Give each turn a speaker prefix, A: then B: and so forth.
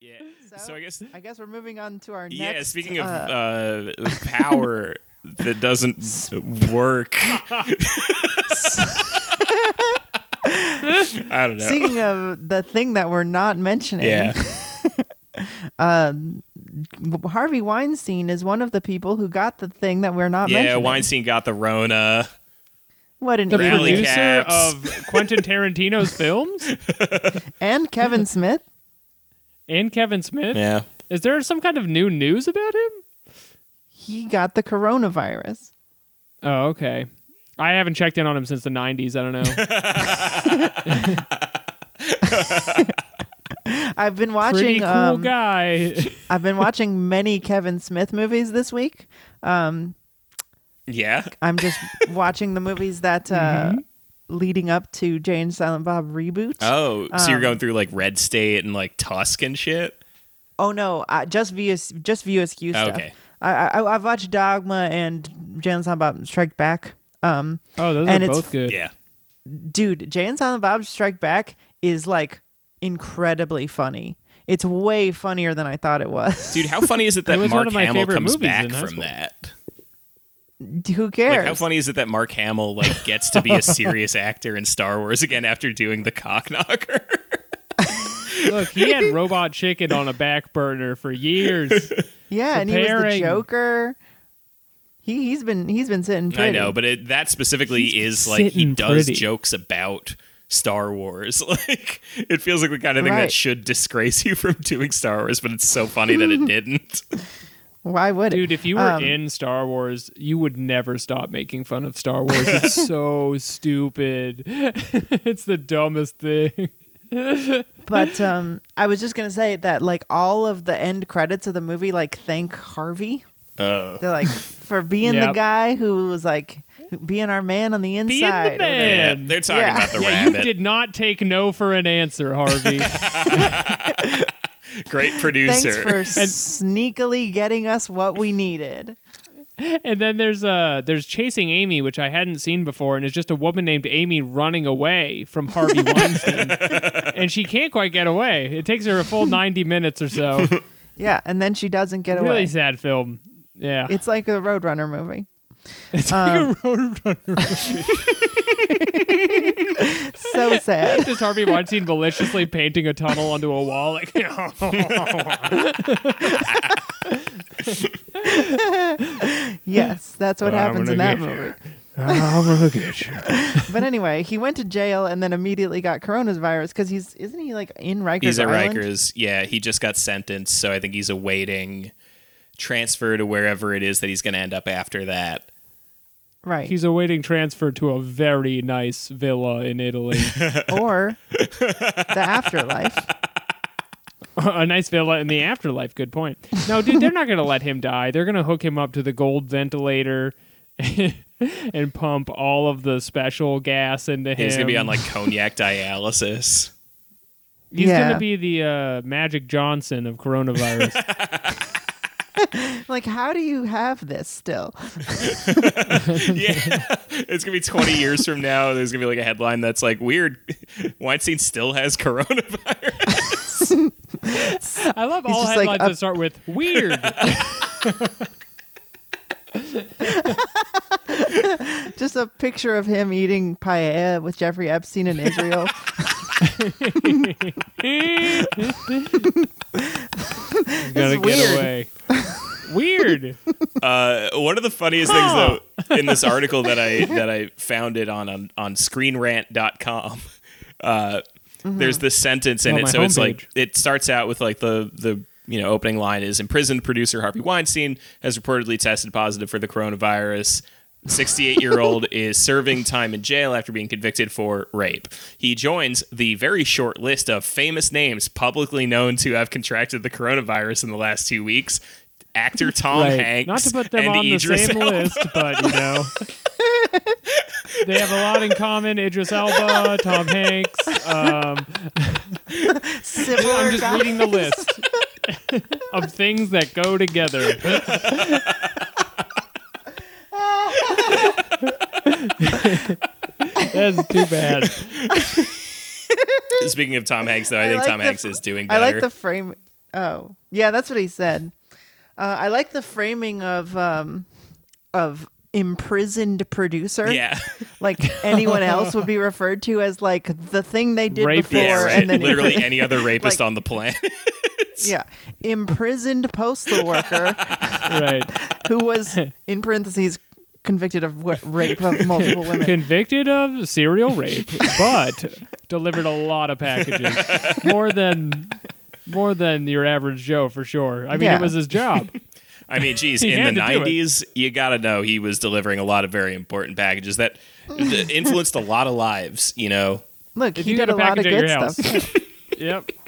A: Yeah.
B: So,
A: So I guess
B: I guess we're moving on to our
A: yeah.
B: next.
A: Speaking of uh,
B: uh,
A: power that doesn't work. I don't know.
B: Speaking of the thing that we're not mentioning,
A: yeah.
B: um, Harvey Weinstein is one of the people who got the thing that we're not
A: Yeah.
B: mentioning.
A: Weinstein got the Rona.
B: What an
C: The
A: Rally
B: idiot.
C: producer
A: caps.
C: of Quentin Tarantino's films
B: And Kevin Smith.
C: and Kevin Smith.
A: Yeah.
C: Is there some kind of new news about him?
B: He got the coronavirus.
C: Oh, okay. I haven't checked in on him since the 90s. I don't know.
B: I've been watching.
C: Pretty cool
B: um,
C: guy.
B: I've been watching many Kevin Smith movies this week. Um,
A: Yeah.
B: I'm just watching the movies that uh, leading up to Jay and Silent Bob reboot.
A: Mm-hmm. Oh, so you're
B: Um,
A: going through like Red State and like Tusk and shit.
B: Oh no, uh, just VS, just VSQ stuff.
A: Oh, Okay.
B: I, I I've watched Dogma and Jay and Silent Bob Strike Back. Um,
C: Oh, those
B: and
C: are
B: it's-
C: both good.
A: Yeah.
B: dude, Jay and Silent Bob Strike Back is like incredibly funny. It's way funnier than I thought it was.
A: Dude, how funny is it that
C: was one
A: Mark
C: of my
A: Hamill
C: favorite
A: comes
C: movies
A: back
C: in high
A: from
C: school.
A: that?
B: Who cares?
A: Like, how funny is it that Mark Hamill like gets to be a serious actor in Star Wars again after doing the cock knocker?
C: Look, he had Robot Chicken on a back burner for years.
B: Yeah, and he was the
C: Preparing.
B: Joker. He he's been he's been sitting pretty.
A: I know, but it, that specifically is like he
C: sitting
A: does
C: pretty.
A: jokes about Star Wars. Like it feels like the kind of thing
B: Right.
A: that should disgrace you from doing Star Wars, but it's so funny that it didn't.
B: why would it?
C: Dude, if you were
B: Um,
C: in Star Wars, you would never stop making fun of Star Wars. It's so stupid. it's the dumbest thing.
B: But um, I was just gonna say that like all of the end credits of the movie like thank Harvey.
A: Oh.
B: They're like for being the
C: Yep.
B: guy who was like being our man on the
C: Being
B: inside.
C: the
B: or-
A: Yeah,
C: man.
A: they're talking
B: Yeah.
A: about the
C: yeah, you
A: rabbit.
C: did not take no for an answer, Harvey.
A: Great
B: Thanks
A: producer.
B: for sneakily getting us what we needed.
C: and then there's uh there's chasing Amy, which I hadn't seen before, and it's just a woman named Amy running away from Harvey Weinstein, and she can't quite get away. It takes her a full ninety minutes or so.
B: Yeah, and then she doesn't get away.
C: Really sad film. Yeah,
B: It's like a Roadrunner movie.
C: It's like a road
B: So sad.
C: Just Harvey Weinstein maliciously painting a tunnel onto a wall. Like,
B: Yes, that's what
C: Well, I'm
B: happens in
C: gonna
B: that
C: get
B: movie.
C: I'm gonna look at you.
B: But anyway, he went to jail and then immediately got coronavirus because he's isn't he like in Rikers?
A: He's at
B: Island?
A: Rikers. Yeah, he just got sentenced, so I think he's awaiting transfer to wherever it is that he's going to end up after that.
B: right?
C: He's awaiting transfer to a very nice villa in Italy.
B: or the afterlife.
C: a nice villa in the afterlife. Good point. No, dude, they're not going to let him die. They're going to hook him up to the gold ventilator and pump all of the special gas into him.
A: He's going to be on like cognac dialysis.
C: He's going
B: Yeah.
C: to be the uh, Magic Johnson of coronavirus.
B: Like, how do you have this still?
A: yeah, it's going to be 20 years from now. There's going to be like a headline that's like weird. Weinstein still has coronavirus.
C: I love all
B: just like,
C: headlines
B: up-
C: that start with weird.
B: Just a picture of him eating paella with Jeffrey Epstein in Israel.
C: He's going to
B: weird.
C: get away. Weird.
A: Uh, one of the funniest things though in this article that I that I found it on on, on screenrant.com. Uh, There's this sentence in
C: Mm-hmm. Oh,
A: it,
C: my
A: so it's
C: homepage.
A: like it starts out with like the the you know opening line is imprisoned producer Harvey Weinstein has reportedly tested positive for the coronavirus. 68 year old is serving time in jail after being convicted for rape. He joins the very short list of famous names publicly known to have contracted the coronavirus in the last two weeks. Actor Tom
C: Right.
A: Hanks.
C: Not to put them
A: and
C: on the
A: Idris
C: same
A: Elba.
C: list, but you know. they have a lot in common. Idris Elba, Tom Hanks. Um,
B: Similar
C: I'm just
B: guy.
C: reading the list of things that go together. That's too bad.
A: Speaking of Tom Hanks, though, I,
B: I
A: think
B: like
A: Tom
B: the-
A: Hanks is doing
B: I
A: better.
B: like the frame. Oh, yeah, that's what he said. Uh, I like the framing of um, of imprisoned producer.
A: yeah,
B: like anyone else would be referred to as like the thing they did
C: Rapist.
B: before,
A: yeah, right.
B: and then
A: literally any other rapist
B: Like-
A: on the planet.
B: yeah, imprisoned postal worker
C: right.
B: who was in parentheses convicted of w- rape of multiple women.
C: Convicted of serial rape, but delivered a lot of packages. More than more than your average Joe for sure. I mean
B: Yeah.
C: it was his job.
A: I mean, geez,
C: He
A: in the
C: had to do it.
A: '90s, you gotta know he was delivering a lot of very important packages that influenced a lot of lives. You know,
B: Look,
C: If
B: he
C: you
B: did
C: got a
B: a lot of
C: package at
B: good
C: your house.
B: stuff.
C: Yep.